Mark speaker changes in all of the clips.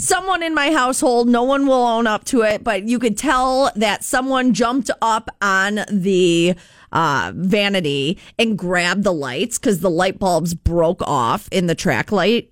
Speaker 1: someone in my household, no one will own up to it, but you could tell that someone jumped up on the uh, vanity and grabbed the lights because the light bulbs broke off in the track light.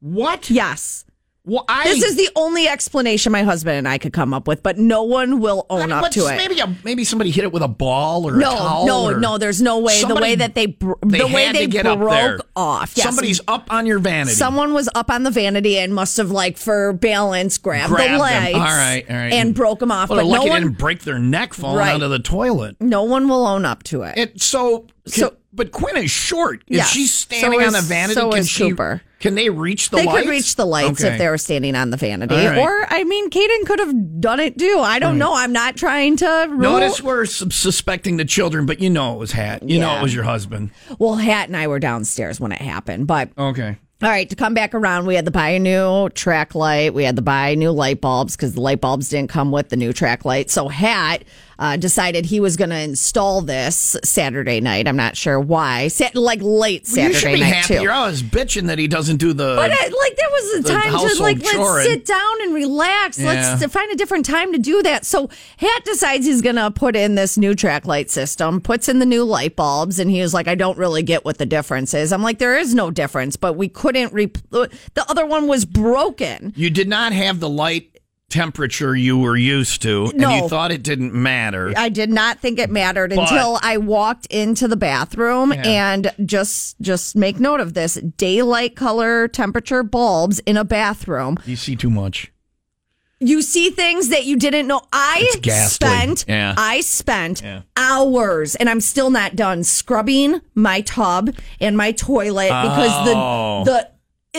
Speaker 2: What?
Speaker 1: Yes.
Speaker 2: Well, I,
Speaker 1: This is the only explanation my husband and I could come up with, but no one will
Speaker 2: I
Speaker 1: own
Speaker 2: mean,
Speaker 1: up
Speaker 2: what's-
Speaker 1: to it.
Speaker 2: Maybe a, maybe somebody hit it with a ball or a
Speaker 1: no,
Speaker 2: towel.
Speaker 1: no,
Speaker 2: or-
Speaker 1: no. There's no way. The
Speaker 2: Somebody-
Speaker 1: way that they, br-
Speaker 2: They
Speaker 1: the way
Speaker 2: had
Speaker 1: they
Speaker 2: to get
Speaker 1: broke
Speaker 2: up there.
Speaker 1: off. Yes.
Speaker 2: Somebody's up on your vanity.
Speaker 1: Someone was up on the vanity and must have, like, for balance, grabbed,
Speaker 2: grabbed
Speaker 1: the
Speaker 2: them.
Speaker 1: lights.
Speaker 2: All right, all right.
Speaker 1: And broke them off.
Speaker 2: Well,
Speaker 1: but
Speaker 2: they're
Speaker 1: no
Speaker 2: lucky they
Speaker 1: one,
Speaker 2: didn't break their neck falling
Speaker 1: Right.
Speaker 2: onto the toilet.
Speaker 1: no one will own up to it.
Speaker 2: It so
Speaker 1: So-
Speaker 2: but Quinn is short. If
Speaker 1: Yes.
Speaker 2: she's
Speaker 1: So
Speaker 2: standing
Speaker 1: is-
Speaker 2: on a vanity,
Speaker 1: so
Speaker 2: can
Speaker 1: is
Speaker 2: she?
Speaker 1: Cooper.
Speaker 2: Can they reach the
Speaker 1: they
Speaker 2: lights?
Speaker 1: could reach the lights
Speaker 2: Okay.
Speaker 1: if they were standing on the vanity.
Speaker 2: All right.
Speaker 1: Or, I mean, Kaden could have done it too. I don't know. I'm not trying to rule.
Speaker 2: Notice we're sus- suspecting the children, but you know it was Hat. You know
Speaker 1: Yeah.
Speaker 2: it was your husband.
Speaker 1: Well, Hat and I were downstairs when it happened, but
Speaker 2: Okay.
Speaker 1: All right, to come back around, we had the buy a new track light. We had the buy new light bulbs because the light bulbs didn't come with the new track light. So Hat uh, decided he was going to install this Saturday night. I'm not sure why. Sat- like late
Speaker 2: Well,
Speaker 1: Saturday
Speaker 2: you should be
Speaker 1: night
Speaker 2: happy.
Speaker 1: too.
Speaker 2: You're always bitching that he doesn't do the.
Speaker 1: But uh, like there was a
Speaker 2: the
Speaker 1: time to
Speaker 2: household
Speaker 1: like let's
Speaker 2: chore and-
Speaker 1: sit down and relax. Let's
Speaker 2: Yeah.
Speaker 1: find a different time to do that. So Hat decides he's gonna put in this new track light system, puts in the new light bulbs, and he was like, "I don't really get what the difference is." I'm like, "There is no difference, but we couldn't re the other one was broken."
Speaker 2: you did not have the light temperature you were used to, and
Speaker 1: No.
Speaker 2: you thought it didn't matter.
Speaker 1: I did not think it mattered until I walked into the bathroom and just just make note of this daylight color temperature bulbs in a bathroom
Speaker 2: you see too much.
Speaker 1: you see things that you didn't know. I
Speaker 2: It's ghastly.
Speaker 1: spent
Speaker 2: Yeah.
Speaker 1: I spent
Speaker 2: Yeah.
Speaker 1: hours and I'm still not done scrubbing my tub and my toilet
Speaker 2: Oh.
Speaker 1: because the the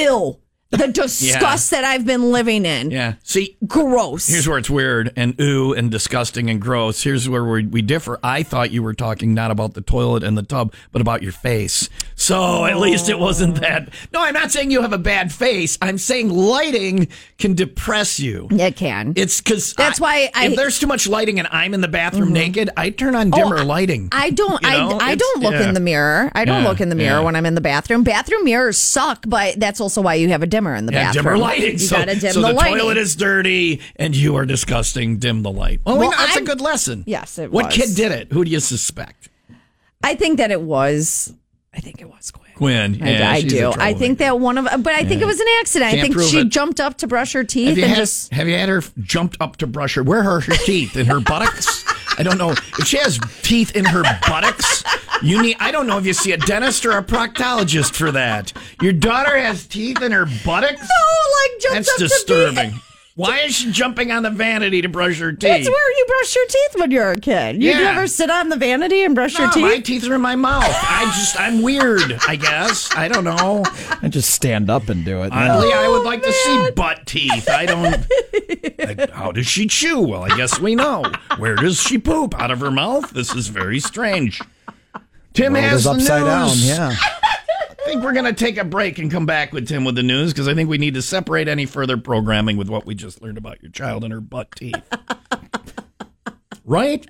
Speaker 1: ill the disgust that I've been living in.
Speaker 2: Yeah. See,
Speaker 1: Gross.
Speaker 2: Here's where it's weird and ooh and disgusting and gross. Here's where we, we differ. I thought you were talking not about the toilet and the tub, but about your face. So at least it wasn't that. No, I'm not saying you have a bad face. I'm saying lighting can depress you.
Speaker 1: it can.
Speaker 2: It's because
Speaker 1: That's why I- Mm-hmm. Oh,
Speaker 2: If there's too much lighting and I'm in the bathroom naked, I turn on dimmer lighting.
Speaker 1: I don't.
Speaker 2: You know,
Speaker 1: I, I
Speaker 2: it's-
Speaker 1: don't look
Speaker 2: yeah.
Speaker 1: in the mirror. I don't
Speaker 2: Yeah,
Speaker 1: look in the mirror
Speaker 2: yeah.
Speaker 1: when I'm in the bathroom. Bathroom mirrors suck, but that's also why you have a dimmer in the
Speaker 2: yeah,
Speaker 1: bathroom.
Speaker 2: dimmer lighting.
Speaker 1: You
Speaker 2: so,
Speaker 1: gotta dim
Speaker 2: so
Speaker 1: the,
Speaker 2: the,
Speaker 1: lighting.
Speaker 2: toilet is dirty and you are disgusting. Dim the light. Well, we
Speaker 1: Well,
Speaker 2: know- that's a
Speaker 1: I'm-
Speaker 2: good lesson.
Speaker 1: Yes, it
Speaker 2: What
Speaker 1: was.
Speaker 2: kid did it? Who do you suspect?
Speaker 1: I think that it was. I think it was Quinn.
Speaker 2: Quinn.
Speaker 1: I,
Speaker 2: Yeah,
Speaker 1: I
Speaker 2: she's a
Speaker 1: do. I think
Speaker 2: troublemaker.
Speaker 1: that one of, but I think it was an accident.
Speaker 2: Can't
Speaker 1: I think
Speaker 2: prove
Speaker 1: she
Speaker 2: it.
Speaker 1: jumped up to brush her teeth
Speaker 2: Have you,
Speaker 1: and
Speaker 2: had,
Speaker 1: just.
Speaker 2: have you had her f- jumped up to brush her? Where are her teeth? In her buttocks? I don't know. If she has teeth in her buttocks, you need. I don't know if you see a dentist or a proctologist for that. Your daughter has teeth in her buttocks?
Speaker 1: Oh, like jumped
Speaker 2: That's
Speaker 1: up to
Speaker 2: disturbing.
Speaker 1: be.
Speaker 2: Why is she jumping on the vanity to brush her teeth?
Speaker 1: That's where you brush your teeth when you're a kid. You
Speaker 2: Yeah.
Speaker 1: never sit on the vanity and brush
Speaker 2: No,
Speaker 1: your
Speaker 2: my
Speaker 1: teeth.
Speaker 2: teeth are in my mouth. I just, I'm weird, I guess. I don't know.
Speaker 3: I just stand up and do it.
Speaker 2: Oddly,
Speaker 3: Yeah.
Speaker 2: I would like to see butt teeth. I don't. I- how does she chew? Well, I guess we know. Where does she poop? Out of her mouth? This is very strange. Tim
Speaker 3: World
Speaker 2: has
Speaker 3: is
Speaker 2: the
Speaker 3: upside down.
Speaker 2: news.
Speaker 3: Yeah.
Speaker 2: I think we're going to take a break and come back with Tim with the news because I think we need to separate any further programming with what we just learned about your child and her butt teeth. right?